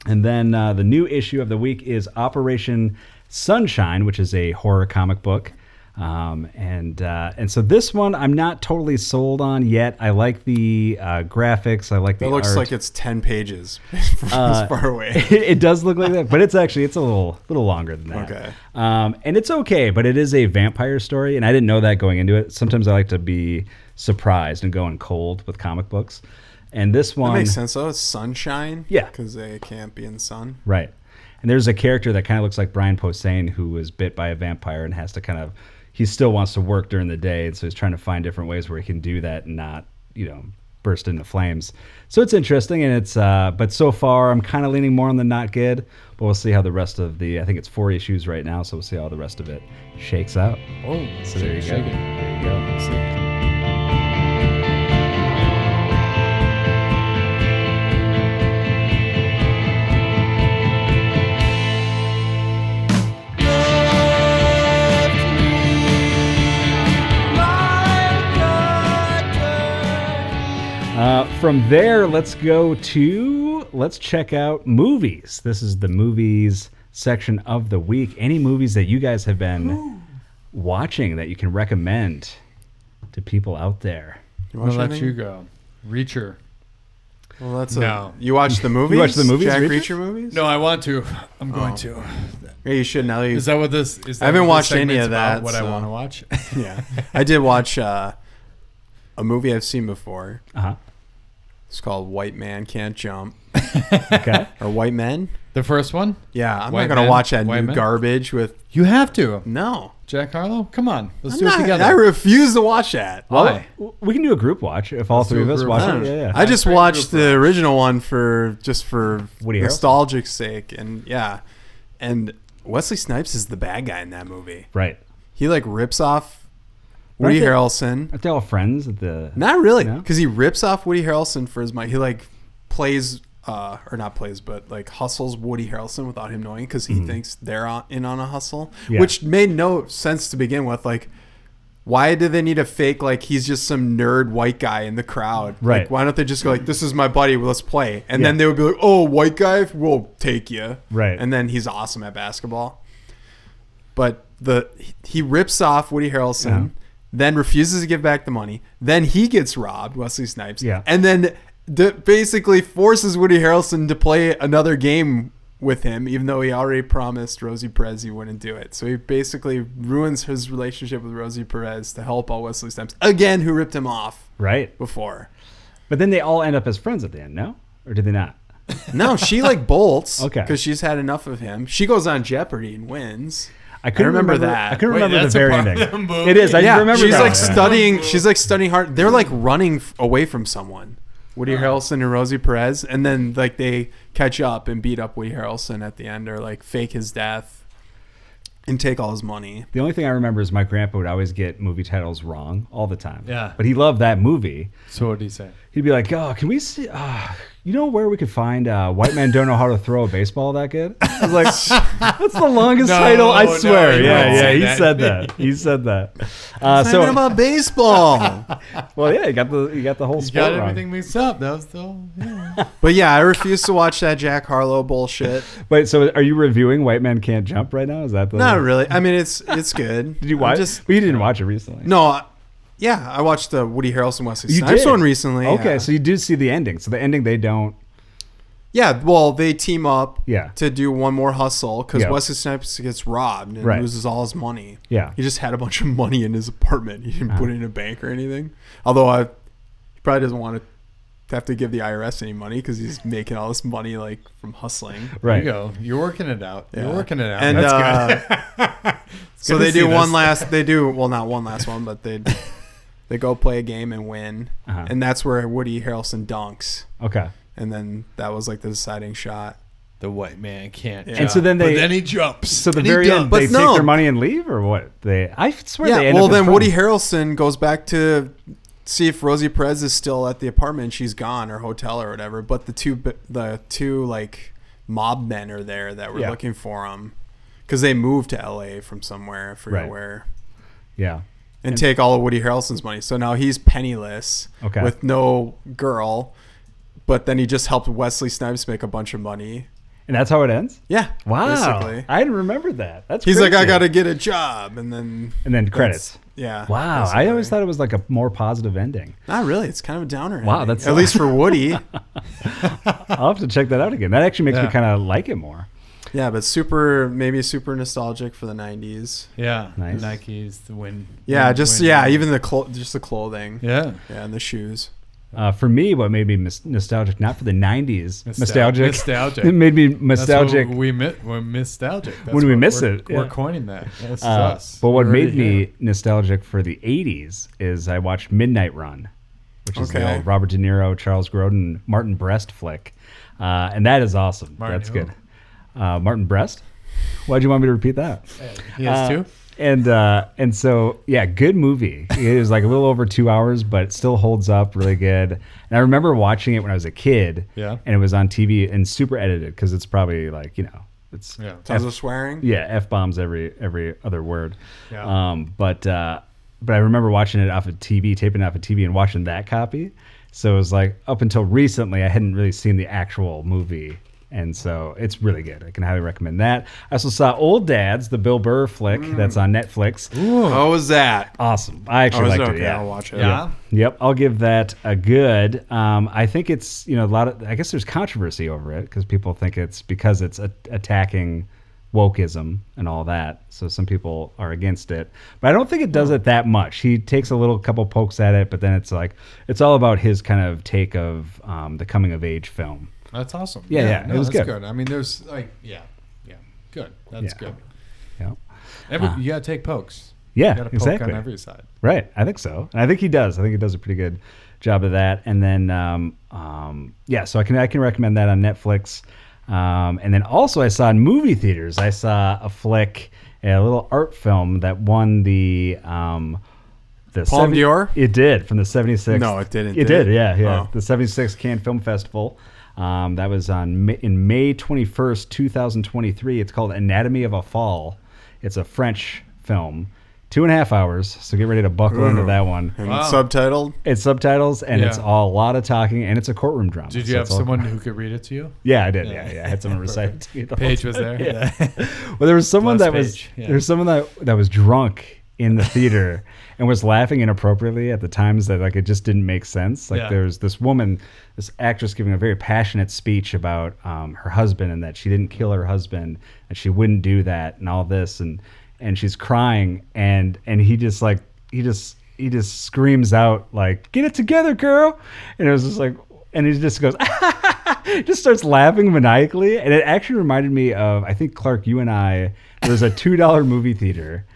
And then uh, the new issue of the week is Operation Sunshine, which is a horror comic book. Um, and uh, and so this one I'm not totally sold on yet. I like the uh, graphics. I like the
It looks
art. Uh,
like it's 10 pages from as far away.
it, it does look like that, but it's actually it's a little little longer than that.
Okay.
Um, and it's okay, but it is a vampire story, and I didn't know that going into it. Sometimes I like to be surprised and going cold with comic books. And this
That
one
makes sense, though. It's sunshine.
Yeah.
Because they can't be in the sun.
Right. And there's a character that kind of looks like Brian Posehn who was bit by a vampire and has to kind of he still wants to work during the day and so he's trying to find different ways where he can do that and not, you know, burst into flames. So it's interesting and it's uh but so far I'm kind of leaning more on the not good, but we'll see how the rest of the I think it's four issues right now, so we'll see how the rest of it shakes out.
Oh,
So there you go.
shake it.
There you go. Uh, from there, let's go to let's check out movies. This is the movies section of the week. Any movies that you guys have been watching that you can recommend to people out there?
You
I'm
watch
gonna let
anything?
you go. Reacher.
Well, that's a,
No.
You watch the movies?
watch the movies,
Jack
Reacher?
Reacher movies?
No, I want to. I'm going to.
Yeah, you should now. That you,
Is that what this? Is that
Oh. I haven't
what
watched
this
any
segment's
of
about?
that,
What I
so-
want to watch.
yeah, I did watch uh, a movie I've seen before.
Uh-huh.
It's called White Man Can't Jump
Okay.
or White Men.
the first one.
Yeah, I'm
White
not gonna
Men?
watch that
White
new
Men?
garbage with
You have to,
no.
Jack Harlow. Come on, let's
I'm
do
not-
it together.
I refuse to watch that.
Why?
Well, we can do a group watch if all
Let's
three
do
of
a
us
group
watch
I,
it.
don't
Yeah,
know.
yeah.
I just
Great
watched
group
the original one for just for
Woody Harrelson.
nostalgic sake and yeah, and Wesley Snipes is the bad guy in that movie.
right.
He like rips off Woody
Aren't they-
Harrelson.
Aren't they all friends at the?
Not really,
No?
because he rips off Woody Harrelson for his money. He like plays uh, or not plays, but like hustles Woody Harrelson without him knowing because he thinks they're on, in on a hustle,
Mm-hmm. Yeah.
which made no sense to begin with. Like, why do they need a fake? Like he's just some nerd white guy in the crowd.
Right.
Like, why don't they just go like, "This is my buddy. well, Let's play," and then
Yeah.
they would be like, "Oh, white guy, we'll take you."
Right.
And then he's awesome at basketball but the he rips off Woody Harrelson,
Yeah.
then refuses to give back the money. Then he gets robbed, Wesley Snipes,
Yeah.
and then d- basically forces Woody Harrelson to play another game with him, even though he already promised Rosie Perez he wouldn't do it. So he basically ruins his relationship with Rosie Perez to help out Wesley Snipes again, who ripped him off
Right.
before.
But then they all end up as friends at the end, no? Or did they not?
No, she like bolts
Okay.
because she's had enough of him. She goes on Jeopardy and wins.
I couldn't
remember that.
I couldn't
Wait,
remember the
that's a
very
part of
ending.
the movie.
It is. I
yeah,
remember
she's
that.
like
Yeah.
studying. She's like studying hard. They're like running f- away from someone. Woody
Uh-huh.
Harrelson and Rosie Perez, and then like they catch up and beat up Woody Harrelson at the end, or like fake his death and take all his money.
The only thing I remember is my grandpa would always get movie titles wrong all the time.
Yeah.
But he loved that movie.
So what do you say?
He'd be like, "Oh, can we see? Uh, you know where we could find uh, white men don't know how to throw a baseball that good?" I was like, "That's the longest
No,
title I
no,
swear."
he
yeah,
wouldn't
yeah.
say
He
that.
said that. He said that. Uh,
So
so,
about baseball,
well, yeah, you got the you got the whole
You
sport
got
wrong.
everything mixed up. That was the. Yeah.
but yeah, I refuse to watch that Jack Harlow bullshit.
Wait, so are you reviewing White Men Can't Jump right now? Is that the?
Not really. I mean, it's it's good.
Did you
I'm
watch?
Just,
well, you didn't watch it recently.
no, I- yeah, I watched the Woody Harrelson Wesley
you
Snipes
did
one recently.
Okay,
yeah.
so you did see the ending. So the ending, they don't.
Yeah, well, they team up
Yeah.
to do one more hustle because
Yeah.
Wesley Snipes gets robbed and
Right.
loses all his money.
Yeah. Ah.
He just had a bunch of money in his apartment. He didn't put it in a bank or anything. Although I, he probably doesn't want to have to give the IRS any money because he's making all this money like from hustling.
There
Right.
you go. You're working it out.
Yeah.
You're working it out.
And, uh,
That's good. It's
So
good to
they
see
do one
this.
last. They do well, not one last one, but they they go play a game and win,
Uh-huh.
and that's where Woody Harrelson dunks,
Okay.
and then that was like the deciding shot.
The white man can't.
And
jump.
so then they-
But then he jumps.
So the
and he
very end,
dunks.
they
But no.
take their money and leave, or what? They, I swear they
Yeah,
end
well,
up as
then Woody
friends.
Harrelson goes back to see if Rosie Perez is still at the apartment. and She's gone or hotel or whatever. But the two the two like mob men are there that were
Yeah.
looking for him because they moved to L.A. from somewhere. I forget
Right.
where.
Yeah.
And, take all of Woody Harrelson's money. So now he's penniless
Okay.
with no girl. But then he just helped Wesley Snipes make a bunch of money.
And that's how it ends.
Yeah.
Wow.
Basically.
I didn't remember that. That's
He's like,
crazy.
I got to get a job. And then,
And then credits.
yeah.
Wow. I always thought it was like a more positive ending.
Not really. It's kind of a downer.
Wow,
ending.
that's-
at least for Woody.
I'll have to check that out again. That actually makes me
Yeah.
kind of like it more.
yeah, but super maybe super nostalgic for the '90s.
Yeah.
Nice.
Nikes, the win.
Yeah,
win-
just
win.
yeah, even the clo- just the clothing. Yeah.
Yeah.
and the shoes.
Uh, for me, what made me mis- nostalgic, not for the 90s,
Nostal-
nostalgic.
nostalgic.
it made me
That's what
nostalgic.
We mi- we're nostalgic. That's
When we
what
miss
we're-
it,
we're
yeah.
coining that. This is
Uh,
us.
But what
We're already
made me
here.
nostalgic for the 80s is I watched Midnight Run, which is the
Okay.
old Robert De Niro, Charles Grodin, Martin Brest flick. Uh, and that is awesome.
Martin
That's
who?
good. Uh, Martin Brest? Why'd you want me to repeat that?
He has
Uh,
two.
And uh, and so yeah, good movie. It was like a little over two hours, but it still holds up really good. And I remember watching it when I was a kid.
Yeah.
And it was on TV and super edited because it's probably like you know it's
Yeah.
Tons of swearing.
yeah f bombs every every other word.
Yeah.
Um, but uh, but I remember watching it off of TV, taping it off of TV, and watching that copy. So it was like up until recently, I hadn't really seen the actual movie. And so it's really good. I can highly recommend that. I also saw Old Dads, the Bill Burr flick that's on Netflix.
How was that?
Awesome. I
Oh,
actually
is it
liked
okay?
it. Yeah.
I'll watch it.
Yeah.
Yep, I'll give that a good. Um, I think it's you know a lot of. I guess there's controversy over it because people think it's because it's a- attacking wokeism and all that. So some people are against it, but I don't think it does it that much. He takes a little couple pokes at it, but then it's like it's all about his kind of take of um, the coming of age film.
That's awesome.
Yeah, yeah,
no,
it was
that's
good.
I mean, there's like, yeah, yeah, good. That's
Yeah.
good.
Yeah,
Every, you gotta take pokes.
yeah,
you gotta poke
exactly.
on every side.
Right. I think so. And I think he does. I think he does a pretty good job of that. And then, um, um, yeah, so I can, I can recommend that on Netflix. Um, and then also I saw in movie theaters, I saw a flick, a little art film that won the, um, the
Palme d'Or?
It did from the 76th.
No, it didn't,
It
did it?
did. Yeah. Yeah.
Oh.
The 76th Cannes Film Festival. Um, that was on Ma- in May 21st, 2023. It's called Anatomy of a Fall. It's a French film, two and a half hours. So get ready to buckle into
Ooh.
that one.
And
Wow.
subtitled.
It's subtitles and it's
Yeah.
all a lot of talking and it's a courtroom drama.
Did
so
you have
it's all-
someone who could read it to you?
Yeah, I did. Yeah,
Yeah.
yeah. I had someone recite it to me. the whole
Paige was
time.
there.
Yeah. well, there was someone
Bless
that was
Paige, yeah.
there was someone that that was drunk in the theater and was laughing inappropriately at the times that like it just didn't make sense. Like
Yeah.
there was this woman, this actress giving a very passionate speech about um, her husband and that she didn't kill her husband and she wouldn't do that and all this and and she's crying and and he just like he just he just screams out like get it together girl and it was just like and he just goes just starts laughing maniacally and it actually reminded me of i think clark you and i there was a $2 movie theater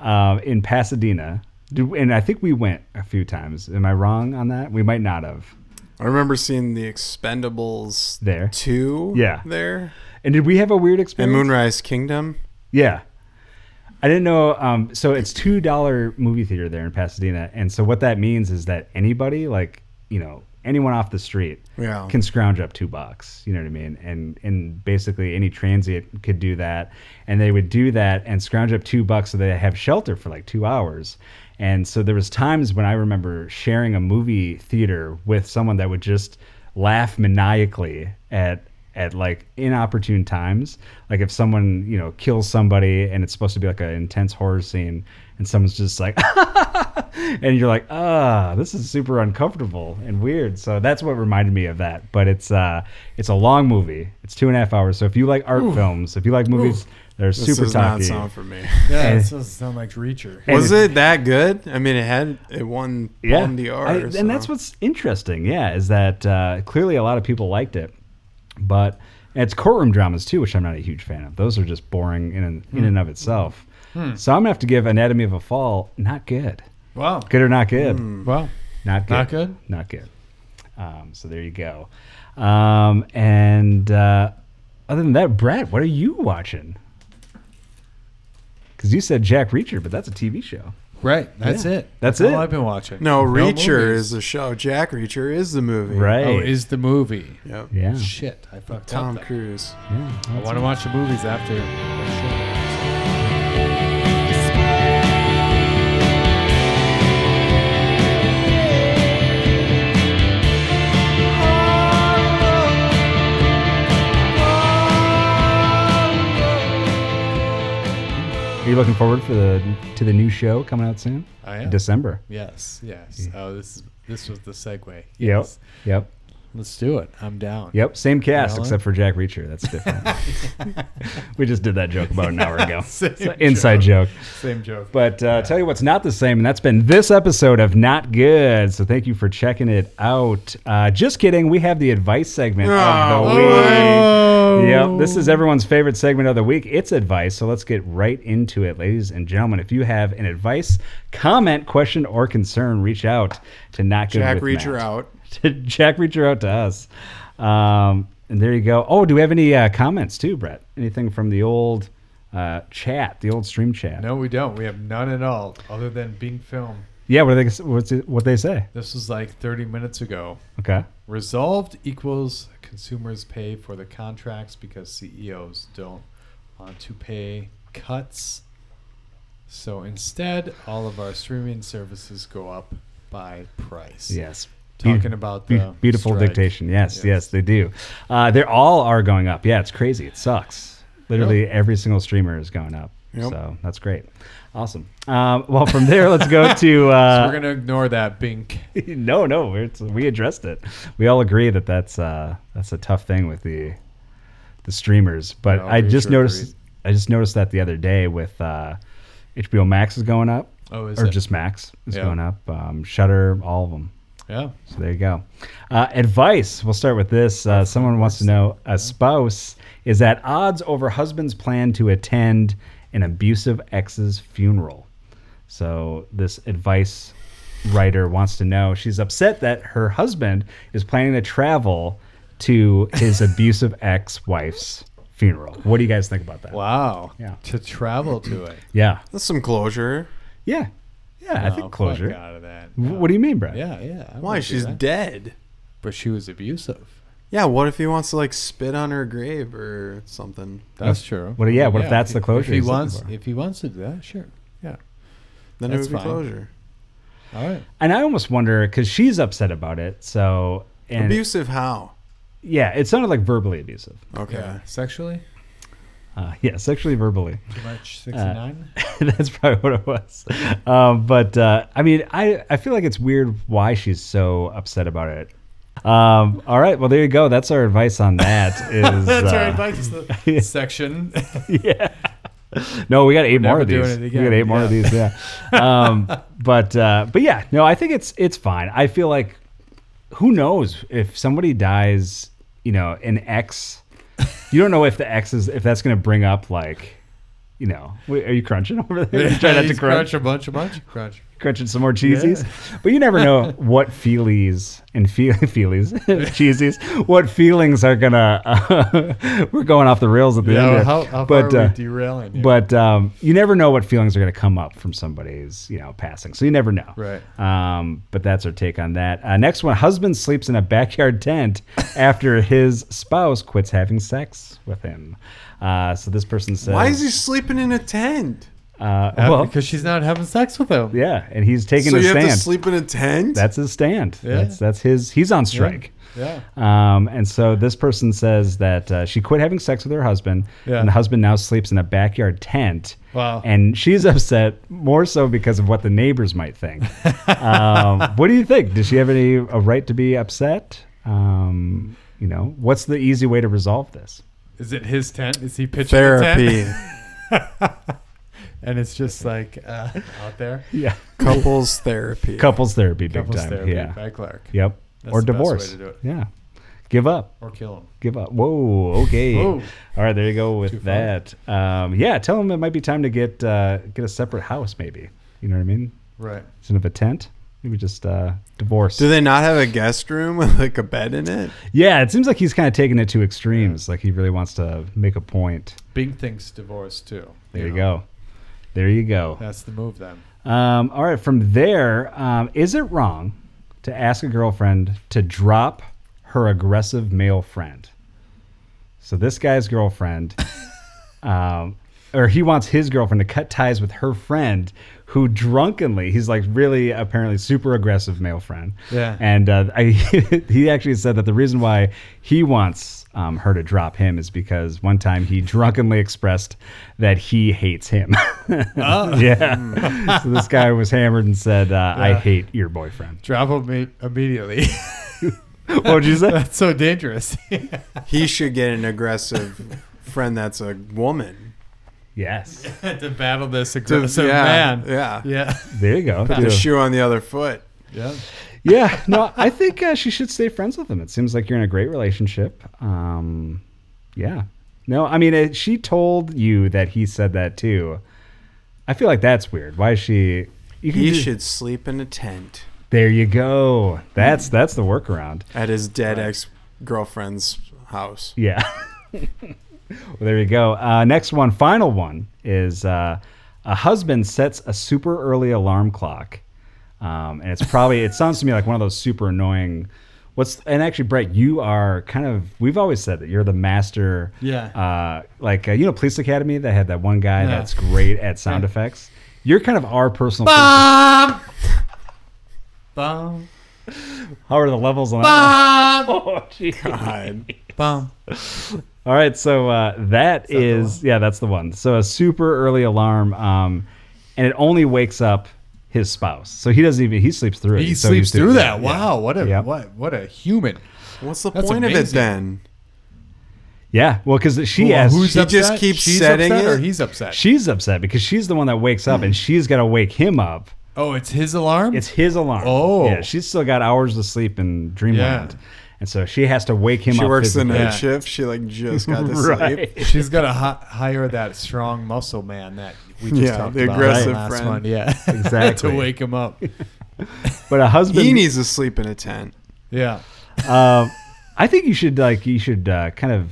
um, in pasadena Do- and i think we went a few times am i wrong on that we might not have
I remember seeing the Expendables
There.
two.
Yeah.
there
and did we have a weird
and
experience
Moonrise Kingdom.
Yeah. I didn't know. Um, so it's two dollar movie theater there in Pasadena, and so what that means is that anybody, like you know, anyone off the street,
Yeah.
can scrounge up two bucks. You know what I mean? And and basically any transient could do that, and they would do that and scrounge up two bucks so they have shelter for like two hours. And so there was times when I remember sharing a movie theater with someone that would just laugh maniacally at at like inopportune times. Like if someone, you know, kills somebody and it's supposed to be like an intense horror scene and someone's just like and you're like, ah, this is super uncomfortable and weird. So that's what reminded me of that. But it's uh it's a long movie. It's two and a half hours. So if you like art films, if you like movies that are
This
super
does not
talky.
sound for me.
Yeah,
And-
this doesn't sound like Reacher.
And
was
it-
it that good? I mean, it had it won
yeah.
Palme d'Or,
I- and that's
so-
what's interesting, yeah, is that uh, clearly a lot of people liked it, but and it's courtroom dramas too, which I'm not a huge fan of. Those are just boring in and, in and of itself. So I'm gonna have to give Anatomy of a Fall not good,
Wow.
good or not good,
Hmm.
Wow.
not good,
Not good?
not good. Um, so there you go. Um, and uh, other than that, Brad, what are you watching? Because you said Jack Reacher, but that's a TV show.
Right. That's
Yeah.
it.
That's it.
all I've been watching.
No, Reacher
movies.
is the show. Jack Reacher is the movie.
Right.
Oh, is the movie.
Yep.
yeah.
Shit, I fucked
Tom
up.
Cruise.
yeah.
I want to watch the movies after. Oh,
Are you looking forward for the to the new show coming out soon?
I am.
December.
Yes. Yes. Oh, this is, this was the segue. Yes.
Yep. Yep.
Let's do it. I'm down.
Yep. Same cast
Really?
except for Jack Reacher. That's different. we just did that joke about an hour ago. It's
Same
an inside joke.
Same joke.
But uh, tell you what's not the same, and that's been this episode of Not Good. So thank you for checking it out. Uh, just kidding. We have the advice segment of
Oh,
the week. Yep, this is everyone's favorite segment of the week. It's advice. So let's get right into it, ladies and gentlemen. If you have an advice, comment, question, or concern, reach out to Not Good.
Jack
with
Reacher
Matt.
out.
To Jack Reacher out to us. Um, and there you go. Oh, do we have any uh, comments too, Brett? Anything from the old uh, chat, the old stream chat?
No, we don't. We have none at all, other than being filmed.
Yeah, what do they what's it, what they say?
This was like 30 minutes ago.
Okay.
Resolved equals consumers pay for the contracts because CEOs don't want to pay cuts. So instead, all of our streaming services go up by price.
Yes.
Talking about
Be-
the
beautiful
strike.
dictation. Yes, yes,
Yes.
they do. Uh, they're all are going up. Yeah, it's crazy. It sucks. Literally every single streamer is going up.
Yep.
So that's great. Awesome. Um, well, from there, let's go to. Uh,
We're going to ignore that bink.
no, no, we're, it's, we addressed it. We all agree that that's uh, that's a tough thing with the the streamers. But
Yeah,
I
we
just
sure
noticed
agreed.
I just noticed that the other day with uh, HBO Max is going up,
Oh, is
or
it?
just Max is
Yeah.
going up. Um, Shutter, all of them.
yeah.
So there you go. Uh, advice. We'll start with this. Uh, someone wants to know: a spouse is at odds over husband's plan to attend an abusive ex's funeral. So this advice writer wants to know: she's upset that her husband is planning to travel to his abusive ex-wife's funeral. What do you guys think about that?
Wow.
Yeah.
To travel to it.
Yeah,
That's some closure.
yeah, yeah. I
No,
think
Oh, fuck
closure.
Out of that.
W- What do you mean, Brad?
Yeah, yeah. I
Why?
wouldn't do
She's
that.
dead.
But she was abusive.
Yeah, what if he wants to like spit on her grave or something?
That's true.
What- yeah, what if that's the closure
If he
he's looking
wants,
for?
if he wants to do that, sure. Yeah.
Then
That's
it would be
fine.
closure.
All right.
And I almost wonder because she's upset about it. So and
Abusive how?
Yeah, it sounded like verbally abusive.
Okay.
Yeah. Sexually,
Uh, yeah, sexually verbally.
too
Uh,
much. Sixty-nine.
That's probably what it was. Um, but uh, I mean, I, I feel like it's weird why she's so upset about it. Um, all right, well there you go. That's our advice on that. Is uh,
advice section.
yeah. No, we got 8 more
never
of
doing
these.
it
We
again.
got eight more of
Yeah.
these. Yeah. Um, but uh, but yeah, no, I think it's it's fine. I feel like who knows if somebody dies, you know, an ex. You don't know if the ex is if that's going to bring up like, you know, wait, are you crunching over there? You trying not to
He's
crunch,
crunch a bunch, a bunch, crunch.
crunching some more cheesies, but you never know what feelies and feel feelies cheesies, what feelings are gonna. Uh, we're going off the rails at the end.
Yeah.
here.
How, how
but
far are
uh,
we derailing? here?
but um, you never know what feelings are going to come up from somebody's you know passing so you never know
Right.
um, but that's our take on that uh, next one husband sleeps in a backyard tent after his spouse quits having sex with him uh, so this person says
Why is he sleeping in a tent?
uh,
Uh,
well
because she's not having sex with him.
yeah and he's taking
So
his
you have
stand
to sleep in a tent?
that's his stand
Yeah.
that's that's his he's on strike
Yeah.
Um, and so this person says that uh, she quit having sex with her husband,
Yeah.
and the husband now sleeps in a backyard tent.
Wow.
And she's upset more so because of what the neighbors might think. um, what do you think? Does she have any a right to be upset? Um, you know, what's the easy way to resolve this?
Is it his tent? Is he pitching a tent?
Therapy.
and it's just like uh, out there.
Yeah,
Couples therapy.
couples therapy, big
Couples
time.
therapy
yeah,
by Clark.
yep,
That's
or
the best way
divorce.
to do it.
Yeah, give up.
Or kill him.
Give up. Whoa. Okay.
Whoa.
All right. There you go
Too
with
far.
that. Um, yeah. Tell them it might be time to get uh, get a separate house. Maybe. You know what I mean?
Right.
Instead of a tent, maybe just uh, divorce.
Do they not have a guest room with like a bed in it?
yeah. It seems like he's kind of taking it to extremes. Like he really wants to make a point.
Bing thinks divorce too.
There you
know.
go. There you go.
That's the move then.
Um, all right. From there, um, is it wrong to ask a girlfriend to drop her aggressive male friend? So this guy's girlfriend, um, or he wants his girlfriend to cut ties with her friend, who drunkenly, he's like really apparently super aggressive male friend.
Yeah.
And uh, I, he actually said that the reason why he wants um, her to drop him is because one time he drunkenly expressed that he hates him.
Oh.
yeah. so this guy was hammered and said, uh, "I
Yeah.
hate your boyfriend."
Drop him i- immediately.
What would you say?
That's so dangerous.
He should get an aggressive friend that's a woman.
yes.
to battle this
To-
aggressive
yeah,
man.
Yeah.
Yeah.
There you go.
The shoe on the other foot.
Yeah.
yeah, no, I think uh, she should stay friends with him. It seems like you're in a great relationship. Um, yeah. No, I mean, it, she told you that he said that too. I feel like that's weird. Why is she? You
He
do-
should sleep in a tent
There you go. That's that's the workaround.
at his dead ex girlfriend's house.
Yeah. well, there you go. Uh, next one, final one is uh, a husband sets a super early alarm clock, um, and it's probably it sounds to me like one of those super annoying. What's and actually, Brett, you are kind of we've always said that you're the master.
Yeah.
Uh, like uh, you know, Police Academy, they had that one guy
Yeah.
that's great at sound effects. You're kind of our personal.
Bomb. Bomb.
How are the levels on that?
Bomb.
Oh, geez.
God.
Bomb.
All right, so uh, that is, yeah, that's the one. So a super early alarm, um, and it only wakes up his spouse. So he doesn't even he sleeps through it.
He
He's so
sleeps
used to it.
through
Yeah,
that.
yeah.
Wow. What a
Yep.
what what a human.
What's the
That's
point of it
amazing.
then?
Yeah, well, because she
Well,
asked,
who's
she-
up- just
upset?
keeps
She's
setting
upset or
it.
he's upset.
she's upset because she's the one that wakes up and she's got to wake him up.
oh, it's his alarm.
It's his alarm.
Oh.
yeah, she's still got hours of sleep in dreamland,
Yeah.
and so she has to wake him
She
up.
works the
physically.
night
Yeah.
shift. She like just got to sleep.
right.
She's got to hi- hire that strong muscle man that we just
Yeah,
talked
the
about
aggressive
last
friend.
one. Yeah,
Exactly.
to wake him up.
But a husband.
He needs to sleep in a tent.
Yeah,
Um, I think you should like you should uh, kind of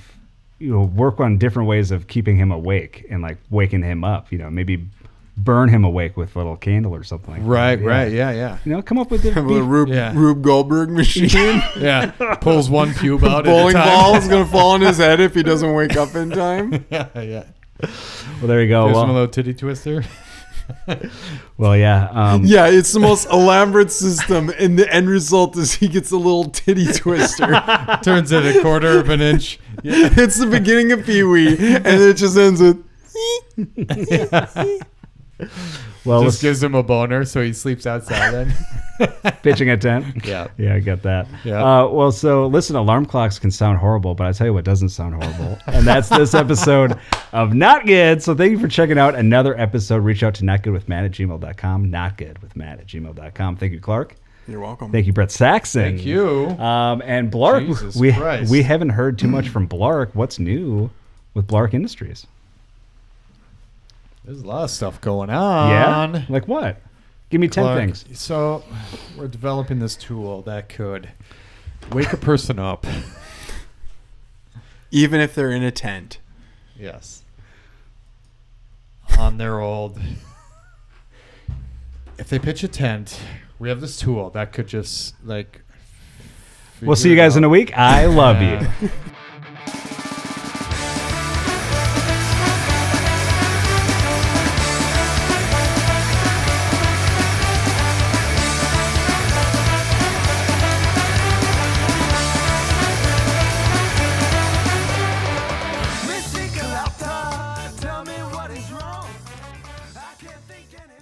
you know work on different ways of keeping him awake and like waking him up. You know, maybe burn him awake with a little candle or something. Like
right,
that. Yeah.
right, yeah, yeah,
You know, come up with
Have
different.
a
be-
Rube,
Yeah.
Rube Goldberg machine.
yeah. Pulls one pube out at a
Bowling
time.
ball is gonna fall on his head if he doesn't wake up in time.
yeah, yeah.
well, there you go.
There's
Well,
one little titty twister.
well, yeah. Um,
Yeah, it's the most elaborate system, and the end result is he gets a little titty twister.
Turns it a quarter of an inch. Yeah.
it's the beginning of Pee Wee, and it just ends with.
Well,
Just
just
gives him a boner, so he sleeps outside. Then.
pitching a tent.
Yeah.
Yeah, I get that.
Yeah.
Uh, well, so listen, alarm clocks can sound horrible, but I tell you what doesn't sound horrible. and that's this episode of Not Good. So thank you for checking out another episode. Reach out to not good with Matt at gmail.com. Not good with Matt at gmail.com. Thank you, Clark.
You're welcome.
Thank you, Brett Saxon.
Thank you.
Um, and Blark,
Jesus
we,
Christ.
we haven't heard too much from Blark. What's new with Blark Industries?
There's a lot of stuff going on.
Yeah. Like what? Give me 10
Clark,
things.
So, we're developing this tool that could wake a person up.
Even if they're in a tent.
Yes. On their old. If they pitch a tent, we have this tool that could just like.
We'll see you guys in a week. I love you.
Missy Galata, tell me what is wrong. I can't think anymore.